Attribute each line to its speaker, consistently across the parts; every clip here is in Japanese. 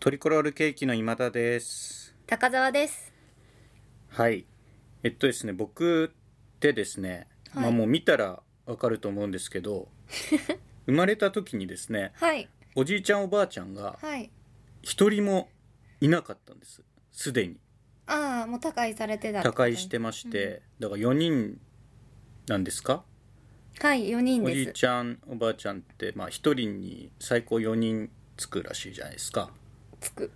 Speaker 1: トリコロールケーキの今田です。
Speaker 2: 高澤です。
Speaker 1: はい。えっとですね、僕ってですね、
Speaker 2: はい
Speaker 1: まあもう見たらわかると思うんですけ ど、生まれた時にですね、
Speaker 2: はい
Speaker 1: おじいちゃんおばあちゃんが
Speaker 2: はい。
Speaker 1: 一人もいなかったんです。すでに
Speaker 2: ああもう他界されてたって
Speaker 1: 他
Speaker 2: こと
Speaker 1: 界してまして、だから4人なんですか
Speaker 2: はい四人
Speaker 1: お
Speaker 2: です。
Speaker 1: じいちゃんおばあちゃんってまあ一人に最高4人つくらしいじゃないですか。
Speaker 2: つく。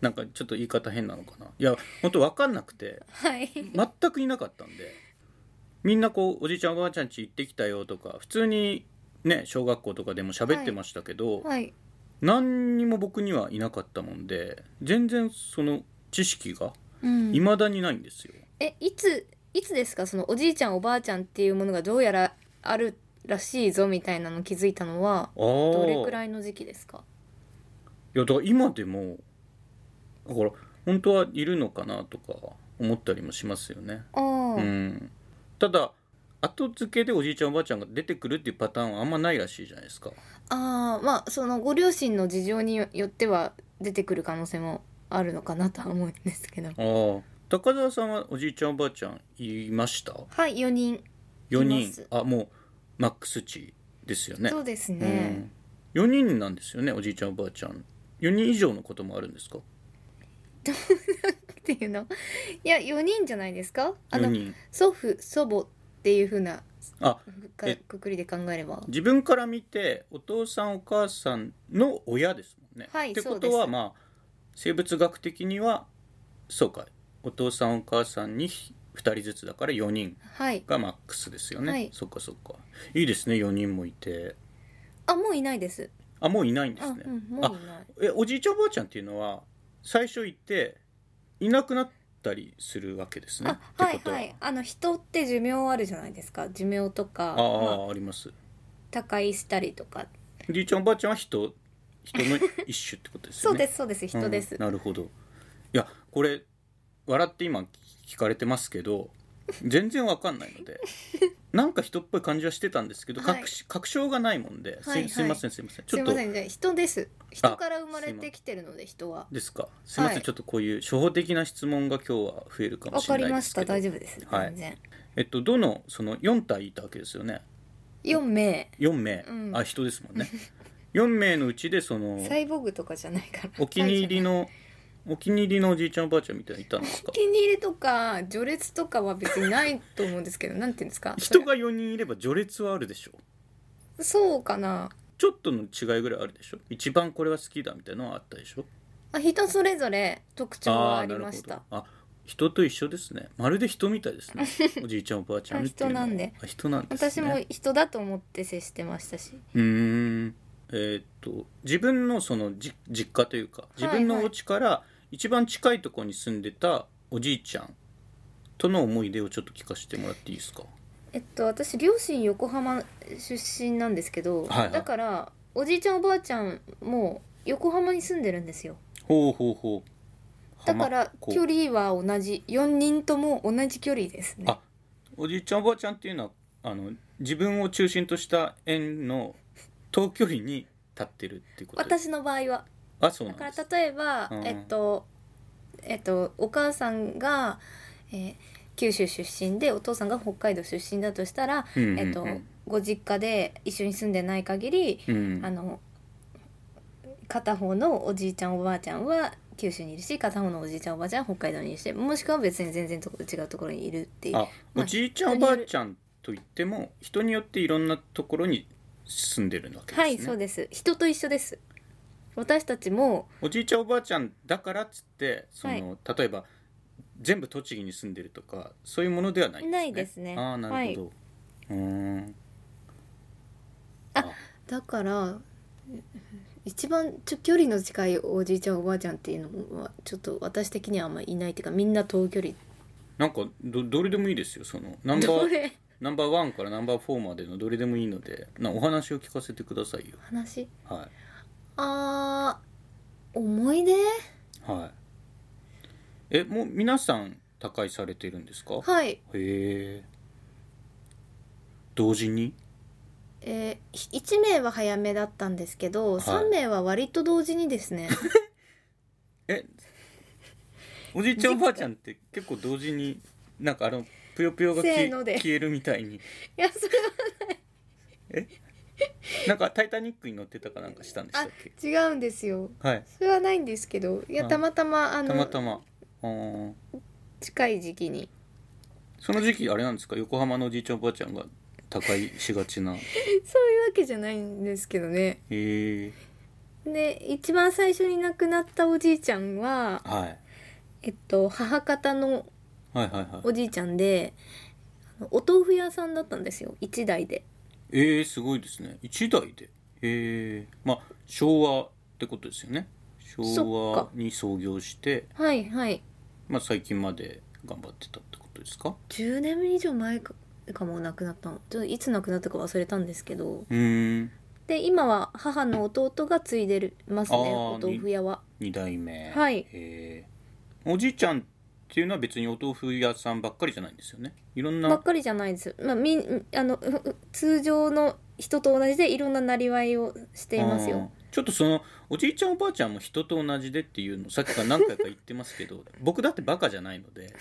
Speaker 1: なんかちょっと言い方変なのかな。いや、本当わかんなくて。
Speaker 2: はい
Speaker 1: 全くいなかったんでみんなこうおじいちゃんおばあちゃん家行ってきたよとか普通にね小学校とかでも喋ってましたけど、
Speaker 2: はい。
Speaker 1: 何にも僕にはいなかったもんで全然その知識が
Speaker 2: うん。
Speaker 1: 未だにないんですよ。
Speaker 2: えいついつですかそのおじいちゃんおばあちゃんっていうものがどうやらあるらしいぞみたいなの気づいたのはどれく
Speaker 1: い
Speaker 2: らいの時期ですか。
Speaker 1: いやだから今でもだから本当はいるのかなとか思ったりもしますよね。
Speaker 2: ああ、
Speaker 1: うん、ただ後付けでおじいちゃんおばあちゃんが出てくるっていうパターンはあんまないらしいじゃないですか。
Speaker 2: ああまあそのご両親の事情によっては出てくる可能性もあるのかなとは思うんですけど。
Speaker 1: ああ高澤さんはおじいちゃんおばあちゃんいました
Speaker 2: はい四人。
Speaker 1: 4
Speaker 2: いま
Speaker 1: 人
Speaker 2: す
Speaker 1: あもうマックス値ですよね
Speaker 2: そうですね。
Speaker 1: うん、4人なんですよねおじいちゃんおばあちゃん4人以上のこともあるんですか
Speaker 2: っていうの。いや四人じゃないですか。あ
Speaker 1: 4
Speaker 2: の
Speaker 1: 人
Speaker 2: 祖父祖母っていう風な
Speaker 1: あ
Speaker 2: ふか
Speaker 1: え
Speaker 2: くくりで考えれば
Speaker 1: 自分から見てお父さんお母さんの親ですもんね、
Speaker 2: はい
Speaker 1: ってこ
Speaker 2: そう
Speaker 1: と
Speaker 2: で
Speaker 1: は
Speaker 2: す
Speaker 1: まあ生物学的にはそうかお父さんお母さんに2人ずつだから4人
Speaker 2: はい
Speaker 1: がマックスですよね、
Speaker 2: はい
Speaker 1: そっかそっかいいですね4人もいて
Speaker 2: あもういないです
Speaker 1: あもういないんで
Speaker 2: あ、
Speaker 1: すね
Speaker 2: うん、もういない
Speaker 1: えおじいちゃんおばあちゃんっていうのは最初行っていなくなったりするわけですね。
Speaker 2: あはい
Speaker 1: ってことは
Speaker 2: はいあの人って寿命あるじゃないですか寿命と
Speaker 1: あ
Speaker 2: か
Speaker 1: あ、
Speaker 2: まあ、
Speaker 1: あります。
Speaker 2: 他界したりとか
Speaker 1: おじいちゃんおばあちゃんは人人の一種ってことです
Speaker 2: そ
Speaker 1: よ
Speaker 2: うで
Speaker 1: ね。
Speaker 2: すそうです人です、
Speaker 1: うんなるほど。いやこれ笑って今聞かれてますけど全然わかんないの でなんか人っぽい感じはしてたんですけど、
Speaker 2: はい
Speaker 1: 確し確証がないもんで、
Speaker 2: はいはい
Speaker 1: すすいませんすいませんち
Speaker 2: す
Speaker 1: ょ
Speaker 2: い
Speaker 1: っ
Speaker 2: ま
Speaker 1: と
Speaker 2: せんじゃあ人です人から生まれてきてるので人は
Speaker 1: ですかすいません、
Speaker 2: はい
Speaker 1: ちょっとこういう初歩的な質問が今日は増えるかも
Speaker 2: わ
Speaker 1: しれ
Speaker 2: か
Speaker 1: な
Speaker 2: り
Speaker 1: いで
Speaker 2: ます
Speaker 1: け
Speaker 2: した
Speaker 1: ど
Speaker 2: 大丈夫です
Speaker 1: はい
Speaker 2: 全然、
Speaker 1: えっと、どのその4体いたわけですよね
Speaker 2: 四名
Speaker 1: 4名、
Speaker 2: うん
Speaker 1: あ人ですもん ね4名のうちでその
Speaker 2: サイボーグとかじゃないから
Speaker 1: お気に入りのお気に入りのおじいちゃんおばあちゃんみたいなのいたんです
Speaker 2: お
Speaker 1: か
Speaker 2: 気に入りとか序列とかは別にないと思うんですけどなんていうんですか
Speaker 1: 人が4人いれば序列はあるでしょ
Speaker 2: そうかな
Speaker 1: ちょっとの違いぐらいあるでしょ一番これは好きだみたいなのはあったでしょ
Speaker 2: あ人それぞれ特徴は
Speaker 1: あ
Speaker 2: あ
Speaker 1: ー
Speaker 2: り
Speaker 1: なるほ
Speaker 2: ま
Speaker 1: ど
Speaker 2: した。
Speaker 1: あ人と一緒ですねまるで人みたいです ねおじいちゃんおばあちゃんっていうのは
Speaker 2: あ人なんで
Speaker 1: あ人なんです、
Speaker 2: 私
Speaker 1: ね、
Speaker 2: も人だと思って接してましたし、
Speaker 1: うーんえーっと自分のそのじ実家というか
Speaker 2: い
Speaker 1: 自分のお家から一番近いところに住んでたおじいちゃんとの思い出をちょっと聞かせてもらっていいですか
Speaker 2: えっと私両親横浜出身なんですけど、
Speaker 1: はいはい
Speaker 2: だからおじいちゃんおばあちゃんも横浜に住んでるんですよ。
Speaker 1: ほうほうほう
Speaker 2: だから
Speaker 1: 浜っ子
Speaker 2: 距離は同じ、四人とも同じ距離ですね。
Speaker 1: あおじいちゃんおばあちゃんっていうのはあの自分を中心とした円の遠距離に立ってるっていうことです
Speaker 2: 私の場合は、
Speaker 1: あそう
Speaker 2: だ
Speaker 1: なん
Speaker 2: か
Speaker 1: です
Speaker 2: ら例えば、
Speaker 1: うん
Speaker 2: えっとえっとお母さんが、えー九州出身でお父さんが北海道出身だとしたら、
Speaker 1: うんうんうん
Speaker 2: えっとご実家で一緒に住んでない限り、
Speaker 1: うん
Speaker 2: あの片方のおじいちゃんおばあちゃんは九州にいるし片方のおじいちゃんおばあちゃんは北海道にいるしもしくは別に全然とこ違うところにいるっていう
Speaker 1: あおじいちゃんおばあちゃんといっても人によっていろんなところに住んでるわけですね
Speaker 2: はいそうです人と一緒です私たちも
Speaker 1: おじいちゃんおばあちゃんだからっつってその、
Speaker 2: はい
Speaker 1: 例えば全部栃木に住んでるとかそういうものではないん
Speaker 2: ないですね
Speaker 1: ああなるほど、うーん
Speaker 2: だから一番ちょ距離の近いおじいちゃんおばあちゃんっていうのはちょっと私的にはあんまいないっていうかみんな遠距離
Speaker 1: なんかどどれでもいいですよそのナンバ
Speaker 2: ど
Speaker 1: ー
Speaker 2: れ
Speaker 1: ナンバーワンからナンバーフォーまでのどれでもいいのでなお話を聞かせてくださいよ
Speaker 2: 話
Speaker 1: は
Speaker 2: あー思い出
Speaker 1: いはいえもう皆さん他界されてるんですか
Speaker 2: はい
Speaker 1: へえ同時に
Speaker 2: えー、1名は早めだったんですけど、
Speaker 1: い
Speaker 2: 3名は割と同時にですね
Speaker 1: えおじいちゃんおばあちゃんって結構同時になんかあのぷよぷよが消
Speaker 2: せー
Speaker 1: え
Speaker 2: ので
Speaker 1: 消えるみたいに
Speaker 2: いやそれは
Speaker 1: なんか「タイタニック」に乗ってたかなんかしたんでしたっけ
Speaker 2: 違うんですよ
Speaker 1: はい
Speaker 2: それはないんですけどいや
Speaker 1: あ
Speaker 2: たまたまあの
Speaker 1: たまたまあー
Speaker 2: 近い時期に
Speaker 1: その時期あれなんですか横浜のおじいちゃんおばあちゃんが他界しがちなへ
Speaker 2: そういうわけじゃないんですけどね
Speaker 1: え
Speaker 2: で一番最初に亡くなったおじいちゃんは、
Speaker 1: はい、
Speaker 2: えっと、母方の
Speaker 1: はいはいはい
Speaker 2: おじいちゃんであのお豆腐屋さんだったんですよ一代で
Speaker 1: えー、すごいですね一代でへえまあ昭和ってことですよね昭
Speaker 2: そっ
Speaker 1: 和
Speaker 2: か
Speaker 1: に創業して
Speaker 2: はいはい
Speaker 1: まあ最近まで頑張ってたってことですか
Speaker 2: 10年以上前かかも亡くなったのちょっといつ亡くなったか忘れたんですけど
Speaker 1: うーん
Speaker 2: で今は母の弟が継いでるますね
Speaker 1: あー
Speaker 2: お豆腐屋は
Speaker 1: 二代目
Speaker 2: はい
Speaker 1: へーおじいちゃんっていうのは別にお豆腐屋さんばっかりじゃないんですよねいろん
Speaker 2: ばっ
Speaker 1: な
Speaker 2: かりじゃないです、まあ、みんあのうう通常の人と同じでいろんななりわいをしていますよ
Speaker 1: あーちょっとそのおじいちゃんおばあちゃんも人と同じでっていうのさっきから何回か言ってますけど 僕だってバカじゃないの で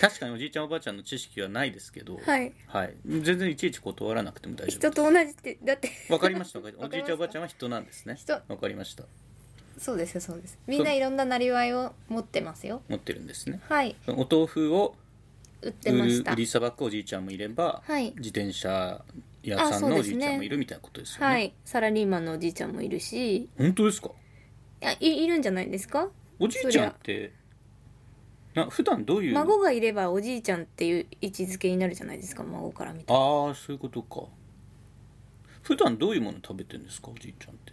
Speaker 1: 確かにおじいちゃんおばあちゃんの知識はないですけど
Speaker 2: はい
Speaker 1: はい、全然いちいち断らなくても大丈夫
Speaker 2: 人と同じってだって
Speaker 1: わかりましたわかり
Speaker 2: わ
Speaker 1: お
Speaker 2: か
Speaker 1: じい
Speaker 2: りました
Speaker 1: ちゃんおばあちゃんは人なんですね
Speaker 2: 人
Speaker 1: わかりました
Speaker 2: そうですよそうです みんないろんななりわいを持ってますよ
Speaker 1: 持ってるんですね
Speaker 2: はい
Speaker 1: お豆腐を
Speaker 2: 売って
Speaker 1: 売
Speaker 2: ま
Speaker 1: る
Speaker 2: した
Speaker 1: 売りさばくおじいちゃんもいれば、
Speaker 2: はい
Speaker 1: 自転車屋さんのおじいちゃんもいるみたいなことですよね
Speaker 2: はいサラリーマンのおじいちゃんもいるし
Speaker 1: 本当ですか
Speaker 2: いやいいるんじゃないですか
Speaker 1: おじいちゃんってな普段どういう
Speaker 2: 孫がいればおじいちゃんっていう位置づけになるじゃないですか孫から見たら
Speaker 1: ああそういうことか普段どういうもの食べてるんですかおじいちゃんって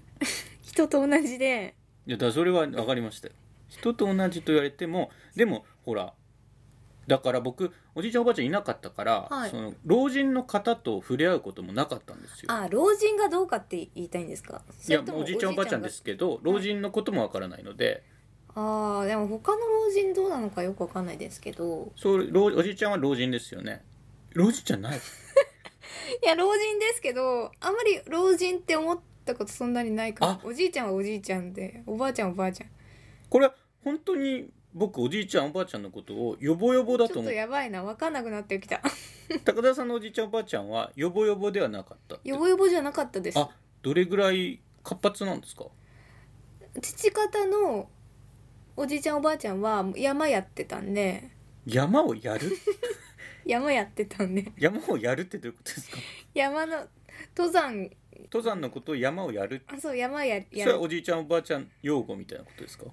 Speaker 2: 人と同じで
Speaker 1: いやだからそれは分かりましたよ人と同じと言われてもでもほらだから僕おじいちゃんおばあちゃんいなかったから、
Speaker 2: はい
Speaker 1: その老人の方と触れ合うこともなかったんですよ
Speaker 2: あ老人がどうかって言いたいんですか
Speaker 1: いやおじいちゃんおばあちゃんで
Speaker 2: か
Speaker 1: すけど老人のこともわからないので、
Speaker 2: ああでも他の老人どうなのかよくわかんないですけど
Speaker 1: そう老おじいちゃんは老人ですよね老人じゃない
Speaker 2: いや老人ですけどあんまり老人って思ったことそんなにないかも
Speaker 1: あ
Speaker 2: おじいちゃんはおじいちゃんでおばあちゃんはおばあちゃん
Speaker 1: これは本当に僕おじいちゃんおばあちゃんのことをヨボヨボだ
Speaker 2: ち
Speaker 1: と
Speaker 2: ょっ
Speaker 1: 思
Speaker 2: と
Speaker 1: う
Speaker 2: やばいなわかんなくなってきた
Speaker 1: 高田さんのおじいちゃんおばあちゃんはヨボヨボではなかったって
Speaker 2: よぼよぼじゃなかったです
Speaker 1: あどれぐらい活発なんですか
Speaker 2: 父方のおじいちゃんおばあちゃんは山やってたんで
Speaker 1: 山をやる
Speaker 2: 山やってたんで
Speaker 1: 山をやるってどういうことですか
Speaker 2: 山の登山
Speaker 1: 登山のことを山をやる
Speaker 2: あそう山や
Speaker 1: そ
Speaker 2: や
Speaker 1: れはおじいちゃんおばあちゃん用語みたいなことですか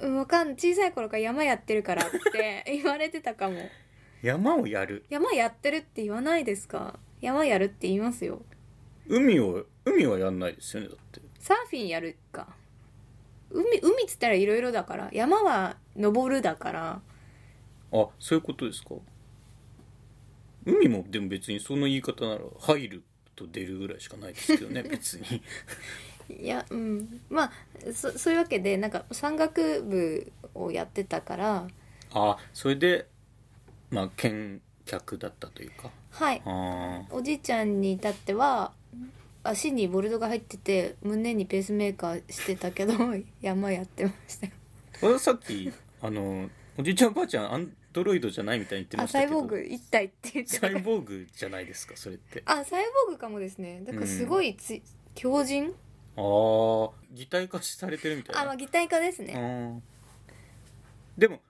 Speaker 2: うんわかん小さい頃から山やってるからって 言われてたかも
Speaker 1: 山をやる
Speaker 2: 山やってるって言わないですか山やるって言いますよ
Speaker 1: 海を海はやんないですよねだって
Speaker 2: サーフィンやるか海海っつったらいろいろだから山は登るだから
Speaker 1: あそういうことですか海もでも別にその言い方なら入ると出るぐらいしかないですけど ね別に
Speaker 2: いやうんまあそそういうわけでなんか山岳部をやってたから
Speaker 1: あそれでまあ見客だったというか
Speaker 2: はい
Speaker 1: あ
Speaker 2: おじいちゃんに至っては足にボルトが入ってて胸にペースメーカーしてたけど山やってましたよ
Speaker 1: あさっきあのおじいちゃんおばあちゃんアンドロイドじゃないみたいに言って
Speaker 2: あ
Speaker 1: ました
Speaker 2: サ
Speaker 1: け
Speaker 2: イ
Speaker 1: ど
Speaker 2: ボーグ一体って言って
Speaker 1: サイボーグじゃないですかそれって
Speaker 2: あサイボーグかもですねだからすごいつ、強靭
Speaker 1: ああ擬態化されてるみたい
Speaker 2: あ
Speaker 1: な
Speaker 2: まあ擬態化ですね
Speaker 1: うんでも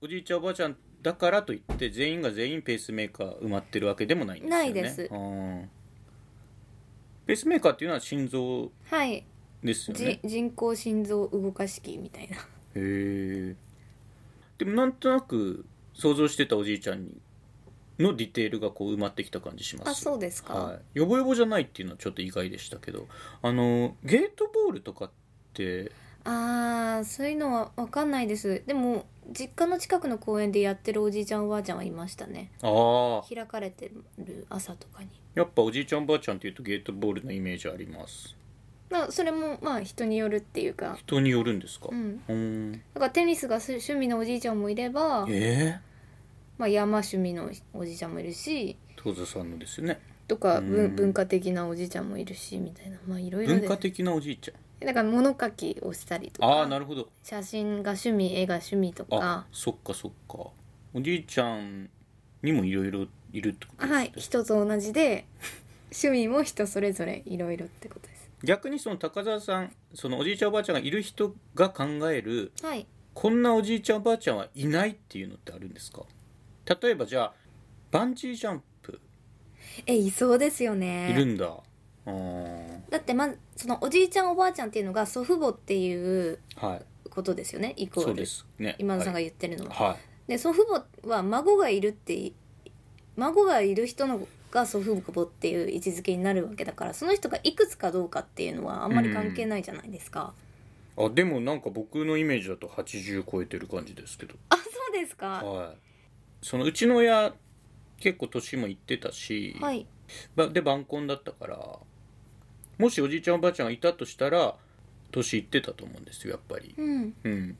Speaker 1: おじいちゃんおばあちゃんだからといって全員が全員ペースメーカー埋まってるわけでもないんですよね
Speaker 2: ないです
Speaker 1: うんペースメーカーっていうのは心臓
Speaker 2: はい
Speaker 1: ですよ
Speaker 2: じ
Speaker 1: ね
Speaker 2: 人工心臓動かし器みたいな
Speaker 1: へえでもなんとなく想像してたおじいちゃんにのディテールがこう埋まってきた感じします
Speaker 2: あそうですか、
Speaker 1: はい、ヨボヨボじゃないっていうのはちょっと意外でしたけどあのゲートボールとかって
Speaker 2: あーそういうのは分かんないですでも実家の近くの公園でやってるおじいちゃんおばあちゃんはいましたね
Speaker 1: ああ
Speaker 2: 開かれてる朝とかに
Speaker 1: やっぱおじいちゃんおばあちゃんっていうとゲートボールのイメージあります
Speaker 2: まあそれもまあ人によるっていうか
Speaker 1: 人によるんですか
Speaker 2: うん
Speaker 1: うーん
Speaker 2: だからテニスがす趣味のおじいちゃんもいれば、
Speaker 1: え
Speaker 2: まあ、山趣味のおじいちゃんもいるし
Speaker 1: えー、東座さんのですよね
Speaker 2: とか文
Speaker 1: うん
Speaker 2: 文化的なおじいちゃんもいるしみたいなまあいろいろ
Speaker 1: 文
Speaker 2: で
Speaker 1: 化的なおじいちゃん
Speaker 2: だから物書きをしたりと
Speaker 1: ああな
Speaker 2: か
Speaker 1: るほど
Speaker 2: 写真が趣味絵が趣味と
Speaker 1: あ
Speaker 2: か
Speaker 1: そっかそっかおじいちゃんにもいろいろいるってことですね、
Speaker 2: はい人と同じで趣味も人それぞれいろいろってことです
Speaker 1: 逆にその高澤さんそのおじいちゃんおばあちゃんがいる人が考える
Speaker 2: はい
Speaker 1: こんなおじいちゃんおばあちゃんはいないっていうのってあるんですか例えばじゃあバンジージャンプ
Speaker 2: えいそうですよね
Speaker 1: いるんだ、あー
Speaker 2: だってまずそのおじいちゃんおばあちゃんっていうのが祖父母っていう
Speaker 1: はい
Speaker 2: ことですよねイコール
Speaker 1: そうですね
Speaker 2: 今野さんが言ってるのは、
Speaker 1: はい、はい
Speaker 2: で祖父母は孫がいるってい孫がいる人のが祖父母っていう位置づけになるわけだからその人がいくつかどうかっていうのはあんまり関係ないじゃないですか、
Speaker 1: あでもなんか僕のイメージだと80超えてる感じですけど
Speaker 2: あそうですか
Speaker 1: はいそのうちの親結構年もいってたし、
Speaker 2: はい
Speaker 1: ばで晩婚だったからもしおじいちゃんおばあちゃんがいたとしたら年いってたと思うんですよやっぱり
Speaker 2: うん
Speaker 1: うん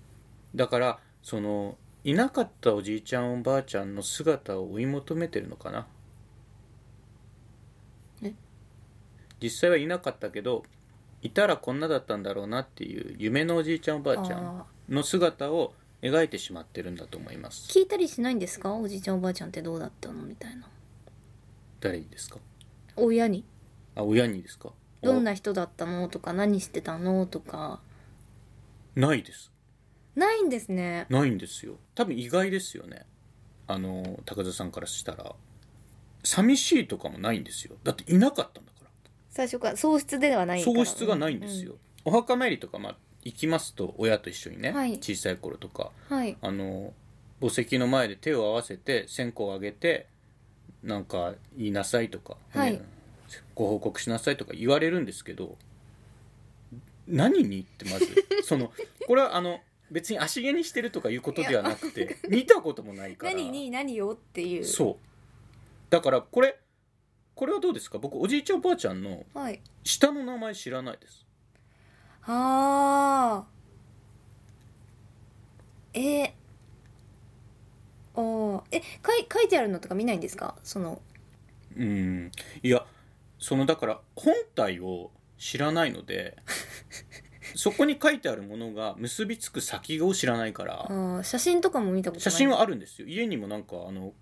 Speaker 1: だからそのいなかったおじいちゃんおばあちゃんの姿を追い求めてるのかな
Speaker 2: え
Speaker 1: 実際はいなかったけどいたらこんなだったんだろうなっていう夢のおじいちゃんおばあちゃん
Speaker 2: あ
Speaker 1: の姿を描いてしまってるんだと思いま
Speaker 2: ー
Speaker 1: す
Speaker 2: 聞いたりしないんですかおじいちゃんおばあちゃんってどうだったのみたいな
Speaker 1: 誰にですか
Speaker 2: 親に
Speaker 1: あ親にですか
Speaker 2: どんな人だったのとか何してたのとか
Speaker 1: あないです
Speaker 2: ないんですね
Speaker 1: ないんですよ多分意外ですよねあの高田さんからしたら寂しいとかもないんですよだっていなかったんだから
Speaker 2: 最初から喪失ではないから
Speaker 1: 喪失がないんですよ、、お墓参りとか、まあ、行きますと親と一緒にね、
Speaker 2: はい
Speaker 1: 小さい頃とか
Speaker 2: うんはい
Speaker 1: あの墓石の前で手を合わせて線香をあげてなんか言いなさいとか、
Speaker 2: はい
Speaker 1: ねご報告しなさいとか言われるんですけど何にって まずそのこれはあの別に足毛にしてるとかいうことではなくて見たこともないから
Speaker 2: 何に何をっていう
Speaker 1: そうだからこれこれはどうですか僕おじいちゃんおばあちゃんの
Speaker 2: はい
Speaker 1: 下の名前知らないです
Speaker 2: あーえおーえかい書いてあるのとか見ないんですかその
Speaker 1: うんいやそのだから本体を知らないの でそこに書いてあるものが結びつく先を知らないか
Speaker 2: あ
Speaker 1: ら
Speaker 2: ー写真とかも見たことない
Speaker 1: 写真はあるんですよ家にもなんかあの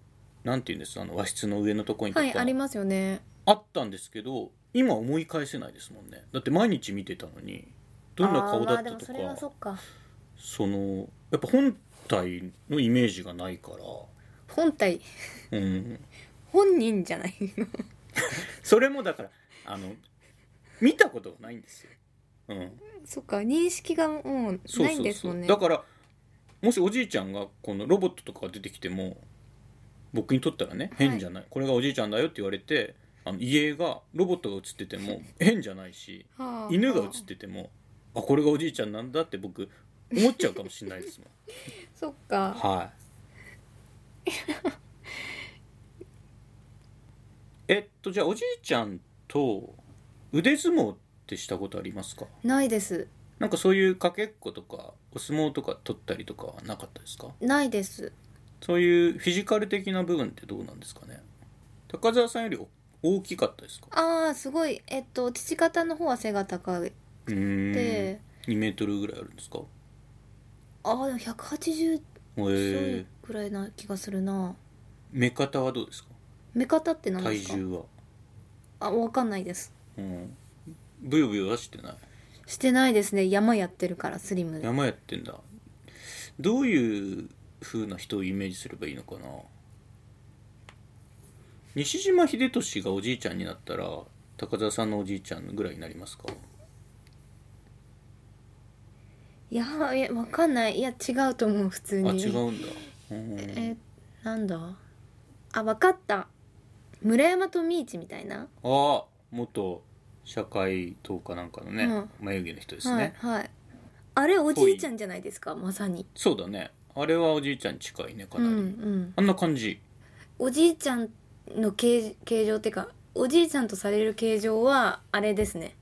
Speaker 1: なんていうんですあの和室の上のとこにと
Speaker 2: は
Speaker 1: か、
Speaker 2: いありますよね
Speaker 1: あったんですけど今思い返せないですもんねだって毎日見てたのにどんな顔だった
Speaker 2: あーまあでも
Speaker 1: と
Speaker 2: そ
Speaker 1: か
Speaker 2: れはそっか
Speaker 1: そのやっぱ本体のイメージがないか
Speaker 2: 本体
Speaker 1: ら、うん、
Speaker 2: 本人じゃない
Speaker 1: それもだからあの見たことがないんですよ、うん、
Speaker 2: そっか認識がもう
Speaker 1: そう
Speaker 2: ない
Speaker 1: そ
Speaker 2: ん
Speaker 1: う
Speaker 2: です
Speaker 1: そ
Speaker 2: も
Speaker 1: う、
Speaker 2: んね
Speaker 1: だからもしおじいちゃんがこのロボットとかが出てきても僕にとったらね
Speaker 2: はい
Speaker 1: 変じゃない、これがおじいちゃんだよって言われてあの家がロボットが映ってても変じゃないし
Speaker 2: はあ
Speaker 1: 犬が映
Speaker 2: は
Speaker 1: っ
Speaker 2: あ
Speaker 1: ててもあこれがおじいちゃんなんだって僕思っちゃうかもしれないですもん
Speaker 2: そっか
Speaker 1: はいえっとじゃあおじいちゃんと腕相撲ってしたことありますか
Speaker 2: ないです
Speaker 1: なんかそういうかけっことかお相撲とか取ったりとかはなかったですか
Speaker 2: ないです
Speaker 1: そういうフィジカル的な部分ってどうなんですかね高澤さんよりお大きかったですか
Speaker 2: ああすごいえっと父方の方は背が高く
Speaker 1: うーん
Speaker 2: て
Speaker 1: 2メートルぐらいあるんですかへ
Speaker 2: ああでも180そう
Speaker 1: え
Speaker 2: くらいな気がするな
Speaker 1: 目方はどうですか
Speaker 2: 目方って何で
Speaker 1: 体
Speaker 2: すか
Speaker 1: 重は
Speaker 2: あわかんないです
Speaker 1: うんブヨブヨはしてない
Speaker 2: してないですね山やってるからスリムで
Speaker 1: 山やってんだどういう風な人をイメージすればいいのかな西島秀俊がおじいちゃんになったら高澤さんのおじいちゃんぐらいになりますか
Speaker 2: いやいやわかんないいや違うと思う普通
Speaker 1: あ
Speaker 2: に
Speaker 1: 違うんだ、うん
Speaker 2: えなんだあわかった村山富一みたいな、
Speaker 1: ああ元社会党かなんかのね、
Speaker 2: うん
Speaker 1: 眉毛の人ですね、
Speaker 2: はいはいあれおじいちゃんじゃないですかまさに
Speaker 1: そうだねあれはおじいちゃんに近いねか
Speaker 2: うん
Speaker 1: な
Speaker 2: う
Speaker 1: り、
Speaker 2: ん
Speaker 1: あんな感じ
Speaker 2: おじいちゃんの形形状っていうかおじいちゃんとされる形状はあれですね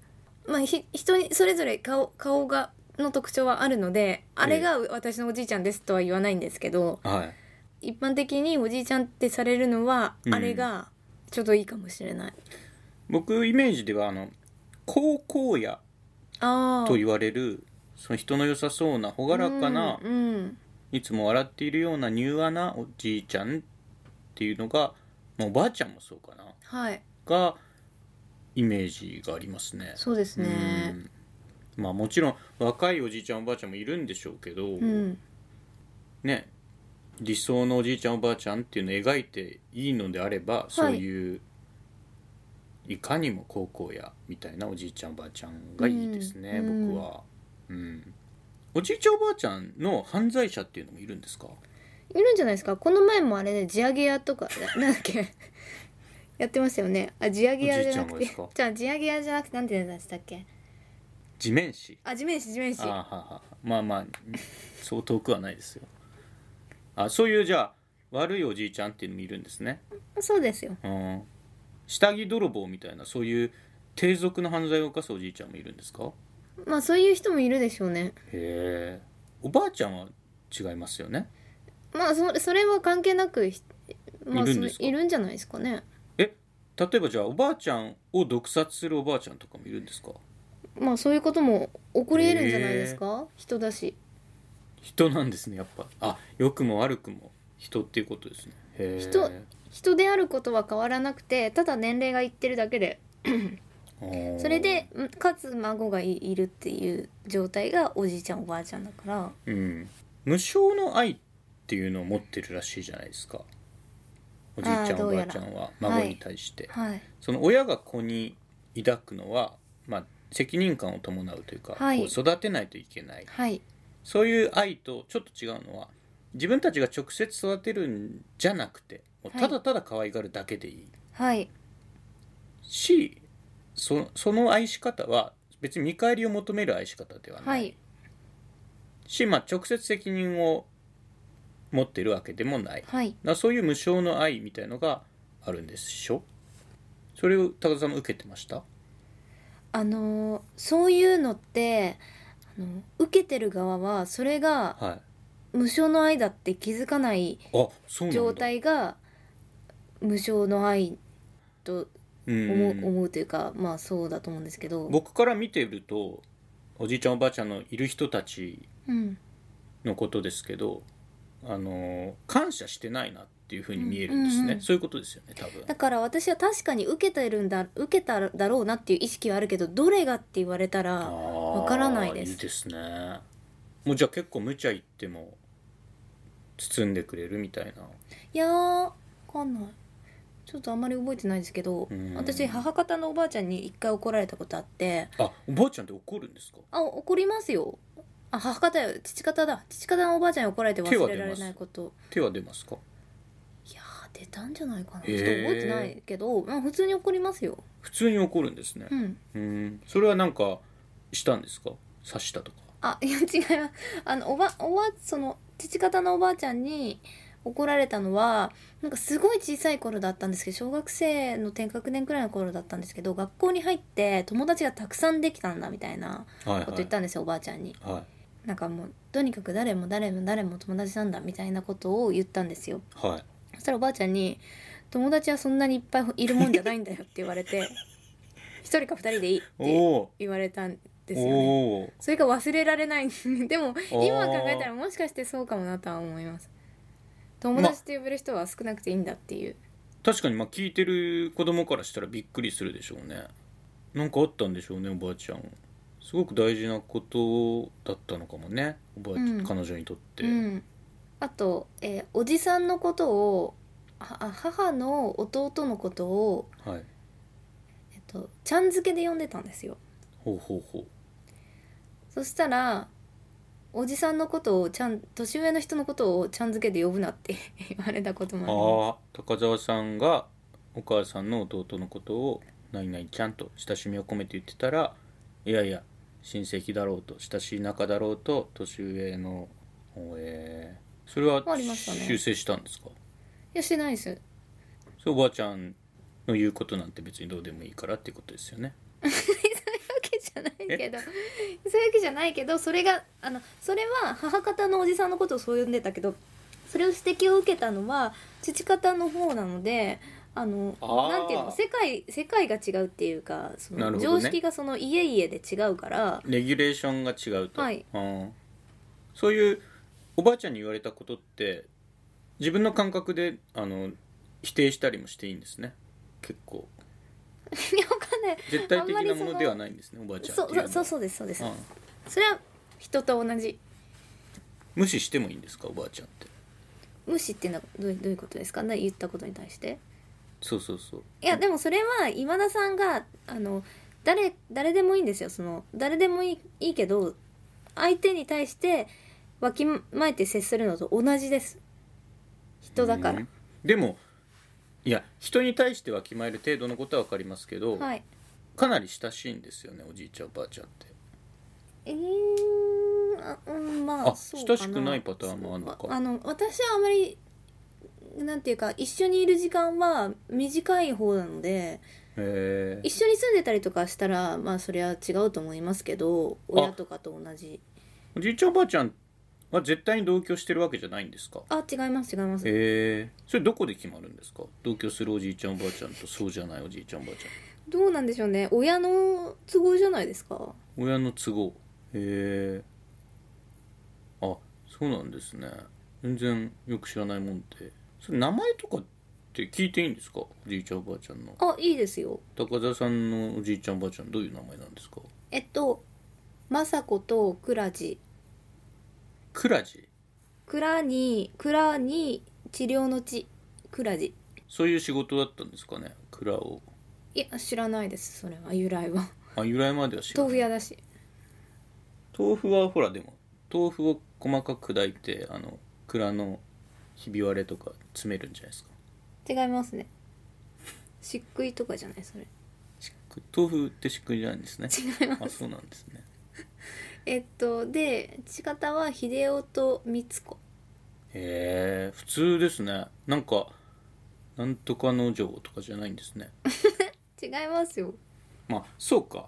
Speaker 2: まあひ人にそれぞれ顔顔がの特徴はあるのであれが私のおじいちゃんですとは言わないんですけど、
Speaker 1: はい
Speaker 2: 一般的におじいちゃんってされるのは、
Speaker 1: うん
Speaker 2: あれがちょうどいいかもしれない
Speaker 1: 僕イメージではあの高校野
Speaker 2: ああ
Speaker 1: と言われるその人の良さそうな朗らかな、
Speaker 2: うんうん
Speaker 1: いつも笑っているような柔和なおじいちゃんっていうのが、まあ、おばあちゃんもそうかな
Speaker 2: はい
Speaker 1: がイメージがありますね。
Speaker 2: そうですね
Speaker 1: うんまあもちろん若いおじいちゃんおばあちゃんもいるんでしょうけど、
Speaker 2: うん
Speaker 1: ね理想のおじいちゃんおばあちゃんっていうのを描いていいのであれば、そういういかにも高校やみたいなおじいちゃんおばあちゃんがいいですね、
Speaker 2: うん
Speaker 1: 僕は、うん。おじいちゃんおばあちゃんの犯罪者っていうのもいるんですか
Speaker 2: いるんじゃないですかこの前もあれね地上げ屋とかな なんだっけやってましたよねあ地上げ屋じゃなく
Speaker 1: おじい
Speaker 2: て
Speaker 1: ちゃんがですか
Speaker 2: じゃあ地上げ屋じゃなくてなんて言うんでしたっけ
Speaker 1: 地面師
Speaker 2: あ地面師地面師
Speaker 1: あーはーはーまあまあそう遠くはないですよあそういうじゃあ悪いおじいちゃんっていうのもいるんですね
Speaker 2: そうですよ
Speaker 1: うん下着泥棒みたいなそういう低俗な犯罪を犯すおじいちゃんもいるんですか
Speaker 2: まあそういう人もいるでしょうね
Speaker 1: へえおばあちゃんは違いますよね
Speaker 2: まあそれそれは関係なくひまあ
Speaker 1: いるん
Speaker 2: それ
Speaker 1: ですか
Speaker 2: いるんじゃないですかね
Speaker 1: 例えばじゃあおばあちゃんを毒殺するおばあちゃんとかもいるんですか
Speaker 2: まあそういうことも起こり得るんじゃないですか人だし
Speaker 1: 人なんですねやっぱあ良くも悪くも人っていうことですねへえ
Speaker 2: 人人であることは変わらなくてただ年齢がいってるだけでそれでうんかつ孫がいいるっていう状態がおじいちゃんおばあちゃんだから
Speaker 1: うん、無償の愛っていうのを持ってるらしいじゃないですかおじいち
Speaker 2: あ
Speaker 1: ゃ
Speaker 2: ー
Speaker 1: ん
Speaker 2: ど
Speaker 1: お
Speaker 2: う
Speaker 1: ば
Speaker 2: や
Speaker 1: あ
Speaker 2: ら
Speaker 1: ちゃんは孫に対して、
Speaker 2: はい
Speaker 1: その親が子に抱くのは、まあ、責任感を伴うというか、
Speaker 2: はい
Speaker 1: こう育てないといけない
Speaker 2: はい
Speaker 1: そういう愛とちょっと違うのは自分たちが直接育てるんじゃなくてもう
Speaker 2: はい
Speaker 1: ただただ可愛がるだけでいい
Speaker 2: はい
Speaker 1: し、そその愛し方は別に見返りを求める愛し方ではない、
Speaker 2: はい
Speaker 1: し、まあ、直接責任を持ってるわけでもない
Speaker 2: はい
Speaker 1: なそういう無償の愛みたいのがあるんでしょそれを高田さんも受けてました
Speaker 2: あのーそういうのってあの受けてる側はそれが
Speaker 1: はい
Speaker 2: 無償の愛だって気づかない
Speaker 1: あそうなんだ
Speaker 2: 状態が無償の愛と
Speaker 1: うん
Speaker 2: 思う,、思うというかまあそうだと思うんですけど、
Speaker 1: 僕から見てるとおじいちゃんおばあちゃんのいる人たち
Speaker 2: うん、
Speaker 1: のことですけどあの感謝してないなっていうふうに見えるんですね、
Speaker 2: うんうんうん
Speaker 1: そういうことですよね多分
Speaker 2: だから私は確かに受けてるんだ受けただろうなっていう意識はあるけどどれがって言われた
Speaker 1: あー
Speaker 2: らわからないです
Speaker 1: いいですねもうじゃあ結構無茶言っても包んでくれるみたいない
Speaker 2: やーわかんないちょっとあんまり覚えてないですけど、
Speaker 1: うん
Speaker 2: 私母方のおばあちゃんに一回怒られたことあって
Speaker 1: あおばあちゃんって怒るんですか
Speaker 2: あ怒りますよあ母方よ父方だ父方のおばあちゃんに怒られて
Speaker 1: 手は
Speaker 2: 忘
Speaker 1: 出
Speaker 2: れられ
Speaker 1: ます
Speaker 2: ないこと
Speaker 1: 手は出ますか
Speaker 2: いやー出たんじゃないかな
Speaker 1: へ
Speaker 2: ちょ
Speaker 1: ー
Speaker 2: っと覚えてないけど、まあ、普通に怒りますよ
Speaker 1: 普通に怒るんですね
Speaker 2: うん
Speaker 1: うんそれはなんかしたんですか刺したとか
Speaker 2: あいや違いますあのおばおばその父方のおばあちゃんに怒られたのはなんかすごい小さい頃だったんですけど小学生の低学年くらいの頃だったんですけど学校に入って友達がたくさんできたんだみたいな
Speaker 1: はい
Speaker 2: こと言ったんですよ、おばあちゃんに
Speaker 1: はい
Speaker 2: なんかもうとにかく誰も誰も誰も友達なんだみたいなことを言ったんですよ
Speaker 1: はい
Speaker 2: そしたらおばあちゃんに「友達はそんなにいっぱいいるもんじゃないんだよ」って言われ て「一人か二人でいい」っ
Speaker 1: お
Speaker 2: て
Speaker 1: お
Speaker 2: 言われたんですよね
Speaker 1: おお
Speaker 2: それが忘れられない でも
Speaker 1: おー
Speaker 2: 今考えたらもしかしてそうかもなとは思います友達って呼べる人は少なくていいんだっていう、
Speaker 1: 確かにまあ聞いてる子供からしたらびっくりするでしょうねなんかあったんでしょうねおばあちゃんすごく大事なことだったのかもねおばあちゃん、
Speaker 2: うん
Speaker 1: 彼女にとって、
Speaker 2: うん、あと、えーおじさんのことをはあ母の弟のことを、
Speaker 1: はい
Speaker 2: えっと、ちゃん付けで呼んでたんですよ
Speaker 1: ほうほうほう
Speaker 2: そしたらおじさんのことをちゃん年上の人のことをちゃん付けで呼ぶなって 言われたことも
Speaker 1: ああ高澤さんがお母さんの弟のことを「何々ちゃん」と親しみを込めて言ってたらいやいや親戚だろうと親しい仲だろうと年上のえーそれは
Speaker 2: ありましたね
Speaker 1: 修正したんですか、
Speaker 2: ありますいやしてないです
Speaker 1: そうおばあちゃんの言うことなんて別にどうでもいいからっていうことですよね
Speaker 2: そういうわけじゃないけどそういうわけじゃないけどそれがあのそれは母方のおじさんのことをそう呼んでたけどそれを指摘を受けたのは父方の方なのであの
Speaker 1: あー
Speaker 2: なんていうの世界世界が違うっていうかそ
Speaker 1: な
Speaker 2: の、
Speaker 1: るほどね
Speaker 2: 常識がその家々で違う から
Speaker 1: レギュレーションが違うと、
Speaker 2: はい
Speaker 1: うんそういうおばあちゃんに言われたことって自分の感覚であの否定したりもしていいんですね結構
Speaker 2: いやわかんない
Speaker 1: 絶対的
Speaker 2: あん
Speaker 1: な
Speaker 2: まりそ
Speaker 1: も
Speaker 2: の
Speaker 1: のではないんですねおばあちゃんってい
Speaker 2: そ
Speaker 1: ううの
Speaker 2: そ
Speaker 1: は
Speaker 2: うそうそうですそうです、
Speaker 1: うん
Speaker 2: それは人と同じ
Speaker 1: 無視してもいいんですかおばあちゃんって
Speaker 2: 無視っていうのはどうどういうことですかな言ったことに対して
Speaker 1: そうそうそう
Speaker 2: いやでもそれは今田さんがあの誰誰でもいいんですよその誰でもいいいいけど相手に対してわきまえて接するのと同じです人だから
Speaker 1: うんでもいや人に対してわきまえる程度のことは分かりますけど、
Speaker 2: はい
Speaker 1: かなり親しいんですよねおじいちゃんおばあちゃんって
Speaker 2: えーあうんまあ
Speaker 1: あ親しくないパターンもあんのか
Speaker 2: そうあの私はあまりなんていうか一緒にいる時間は短い方なので
Speaker 1: へえ
Speaker 2: 一緒に住んでたりとかしたらまあそれは違うと思いますけど親とかと同じ
Speaker 1: おじいちゃんおばあちゃんは絶対に同居してるわけじゃないんですか
Speaker 2: あ違います違います
Speaker 1: へえそれどこで決まるんですか同居するおじいちゃんおばあちゃんとそうじゃないおじいちゃんおばあちゃ
Speaker 2: どうなんでしょうね親の都合じゃないですか
Speaker 1: ん親の都合へえあそうなんですね全然よく知らないもんでそれ名前とかって聞いていいんですかおじいちゃんおばあちゃんの
Speaker 2: あいいですよ
Speaker 1: 高田さんのおじいちゃんおばあちゃんどういう名前なんですか
Speaker 2: えっと雅子と倉地
Speaker 1: クラジ
Speaker 2: 倉に倉に治療の地倉地
Speaker 1: そういう仕事だったんですかね蔵を
Speaker 2: いや知らないですそれは由来は
Speaker 1: あ由来までは知らない
Speaker 2: 豆腐屋だし
Speaker 1: 豆腐はほらでも豆腐を細かく砕いてあの蔵のひび割れとか詰めるんじゃないですか
Speaker 2: 違いますね漆喰とかじゃないそれ
Speaker 1: しっく豆腐ってしっくりじゃないんですね
Speaker 2: 違います
Speaker 1: あそうなんですね
Speaker 2: えっとで父方は秀夫と光子
Speaker 1: へえ普通ですねなんかなんとかの城とかじゃないんですね
Speaker 2: 違いますよ
Speaker 1: まあそうか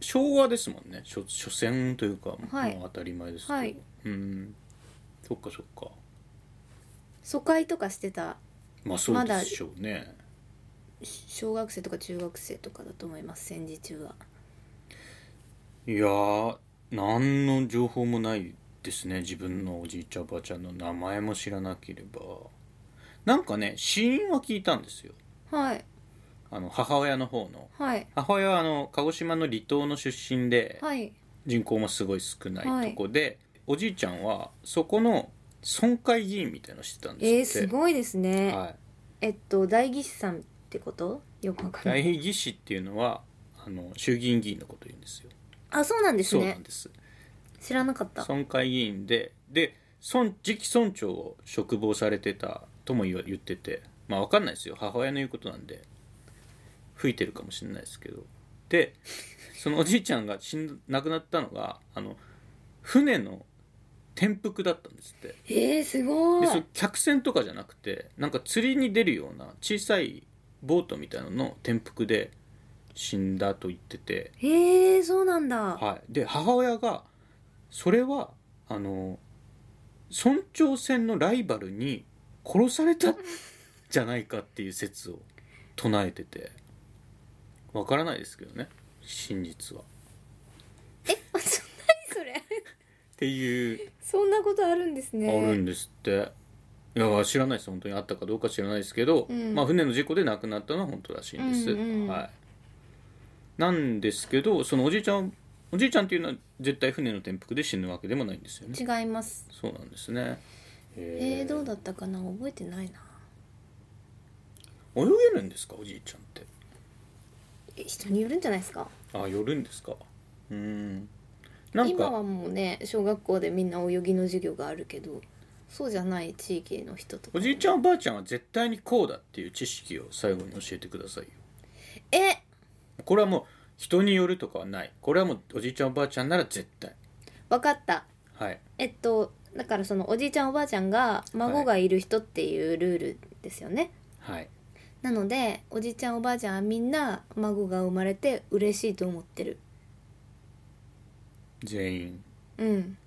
Speaker 1: 昭和ですもんね所所詮というか、
Speaker 2: はい
Speaker 1: もう当たり前ですけど、
Speaker 2: はいう
Speaker 1: ーんそっかそっか
Speaker 2: 疎開とかしてた
Speaker 1: まあそうでしょうね、
Speaker 2: 小学生とか中学生とかだと思います戦時中はい
Speaker 1: やー何の情報もないですね自分のおじいちゃんおばあちゃんの名前も知らなければなんかね死因は聞いたんですよ
Speaker 2: はい
Speaker 1: あの母親の方の
Speaker 2: はい
Speaker 1: 母親はあの鹿児島の離島の出身で
Speaker 2: はい
Speaker 1: 人口もすごい少な
Speaker 2: はいい
Speaker 1: とこで、おじいちゃんはそこの村会議員みたいなのしてたんですって
Speaker 2: えー、すごいですね、
Speaker 1: はい、
Speaker 2: えっと代議士さんってことよくわかんない
Speaker 1: 代議士っていうのはあの衆議院議員のこと言うんですよ
Speaker 2: あそうなんです
Speaker 1: そうな
Speaker 2: ね
Speaker 1: んです
Speaker 2: 知らなかった
Speaker 1: 村会議員でで村次期村長を嘱望されてたとも言わ言っててまあ分かんないですよ母親の言うことなんで吹いてるかもしれないですけどでそのおじいちゃんが死ん亡くなったのがあの船の転覆だったんですって
Speaker 2: えー、すご
Speaker 1: で
Speaker 2: い
Speaker 1: それ客船とかじゃなくてなんか釣りに出るような小さいボートみたいなのの転覆で死んだと言ってて
Speaker 2: えー、そうなんだ、
Speaker 1: はい、で母親がそれはあの村長選のライバルに殺されたじゃないかっていう説を唱えててわからないですけどね真実は。
Speaker 2: え何それ
Speaker 1: っていう
Speaker 2: そんなことあるんです
Speaker 1: あ
Speaker 2: ね
Speaker 1: るんですって。いや知らないです本当にあったかどうか知らないですけど、
Speaker 2: うん
Speaker 1: まあ、船の事故で亡くなったのは本当らしいんです、
Speaker 2: うんうん
Speaker 1: はい、なんですけどそのおじいちゃんおじいちゃんっていうのは絶対船の転覆で死ぬわけでもないんですよね
Speaker 2: 違います
Speaker 1: そうなんですね。
Speaker 2: え
Speaker 1: え
Speaker 2: ー、どうだったかな覚えてないな
Speaker 1: 泳げるんですかおじいちゃんって。
Speaker 2: え人によるんじゃないですか
Speaker 1: あ寄るんですか。うーん。なん
Speaker 2: 今
Speaker 1: か
Speaker 2: はもうね小学校でみんな泳ぎの授業があるけどそうじゃない地域の人とか
Speaker 1: おじいちゃんおばあちゃんは絶対にこうだっていう知識を最後に教えてくださいよ。
Speaker 2: え
Speaker 1: これはもう人によるとかはない。これはもうおじいちゃんおばあちゃんなら絶対。
Speaker 2: わかった
Speaker 1: はい。
Speaker 2: えっとだからそのおじいちゃんおばあちゃんが孫がいる人っていうルールですよね、
Speaker 1: はい。
Speaker 2: なのでおじいちゃんおばあちゃんはみんな孫が生まれて嬉しいと思ってる
Speaker 1: 全員
Speaker 2: うん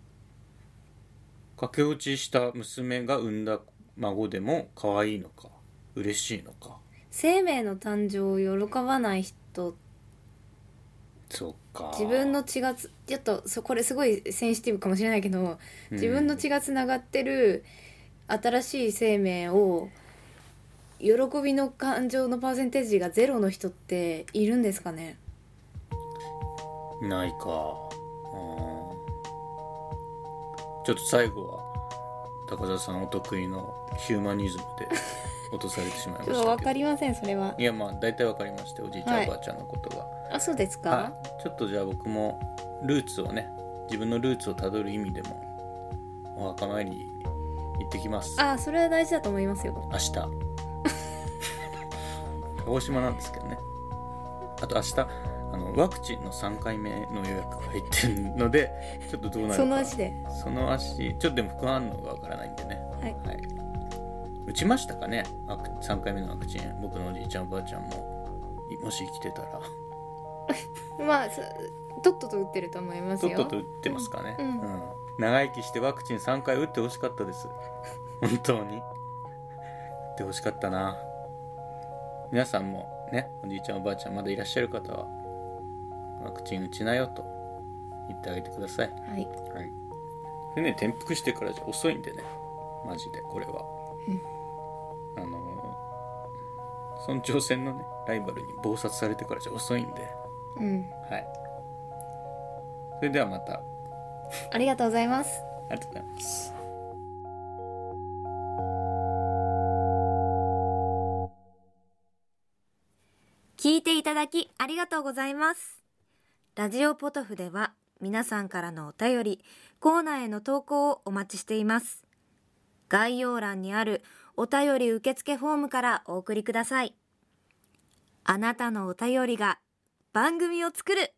Speaker 1: 駆け落ちした娘が産んだ孫でも可愛いのか嬉しいのか
Speaker 2: 生命の誕生を喜ばない人
Speaker 1: そっか
Speaker 2: 自分の血がつちょっとそこれすごいセンシティブかもしれないけど、自分の血がつながってる新しい生命を喜びの感情のパーセンテージがゼロの人っているんですかね
Speaker 1: うんないかあーちょっと最後は高田さんお得意のヒューマニズム で落とされてしまいま
Speaker 2: ちょ
Speaker 1: し
Speaker 2: ったと分
Speaker 1: け
Speaker 2: か
Speaker 1: ど
Speaker 2: りませんそれはい
Speaker 1: やまあ大体わかりましたおじいちゃん、
Speaker 2: はい
Speaker 1: おばあちゃんのことが
Speaker 2: あそうです
Speaker 1: は
Speaker 2: か
Speaker 1: い、ちょっとじゃあ僕もルーツをね自分のルーツをたどる意味でもお墓参り行ってきます
Speaker 2: あそれは大事だと思いますよ
Speaker 1: 明日鹿児島なんですけどねあと明日あのワクチンの3回目の予約が入ってるのでちょっとどうなるか
Speaker 2: その足で
Speaker 1: その足ちょっとでも副反応がわからないんでね
Speaker 2: はい
Speaker 1: はい打ちましたかねワク3回目のワクチン僕のおじいちゃんおばあちゃんももし生きてたら
Speaker 2: まあそとっとと打ってると思います
Speaker 1: とっ
Speaker 2: よ
Speaker 1: とと打ってますかね、
Speaker 2: うんうん
Speaker 1: 長生きしてワクチン3回打ってほしかったです 本当に打ってほしかったな皆さんもねおじいちゃんおばあちゃんまだいらっしゃる方はワクチン打ちなよと言ってあげてください、
Speaker 2: はい
Speaker 1: はい、船転覆してからじゃ遅いんでねマジでこれは、あのー村長選のねライバルに謀殺されてからじゃ遅いんで
Speaker 2: うん
Speaker 1: はいそれではまた
Speaker 2: ありがとうございます
Speaker 1: ありがとうございます。
Speaker 3: 聞いていただきありがとうございます。ラジオポトフでは皆さんからのお便り、コーナーへの投稿をお待ちしています。概要欄にあるお便り受付フォームからお送りください。あなたのお便りが番組を作る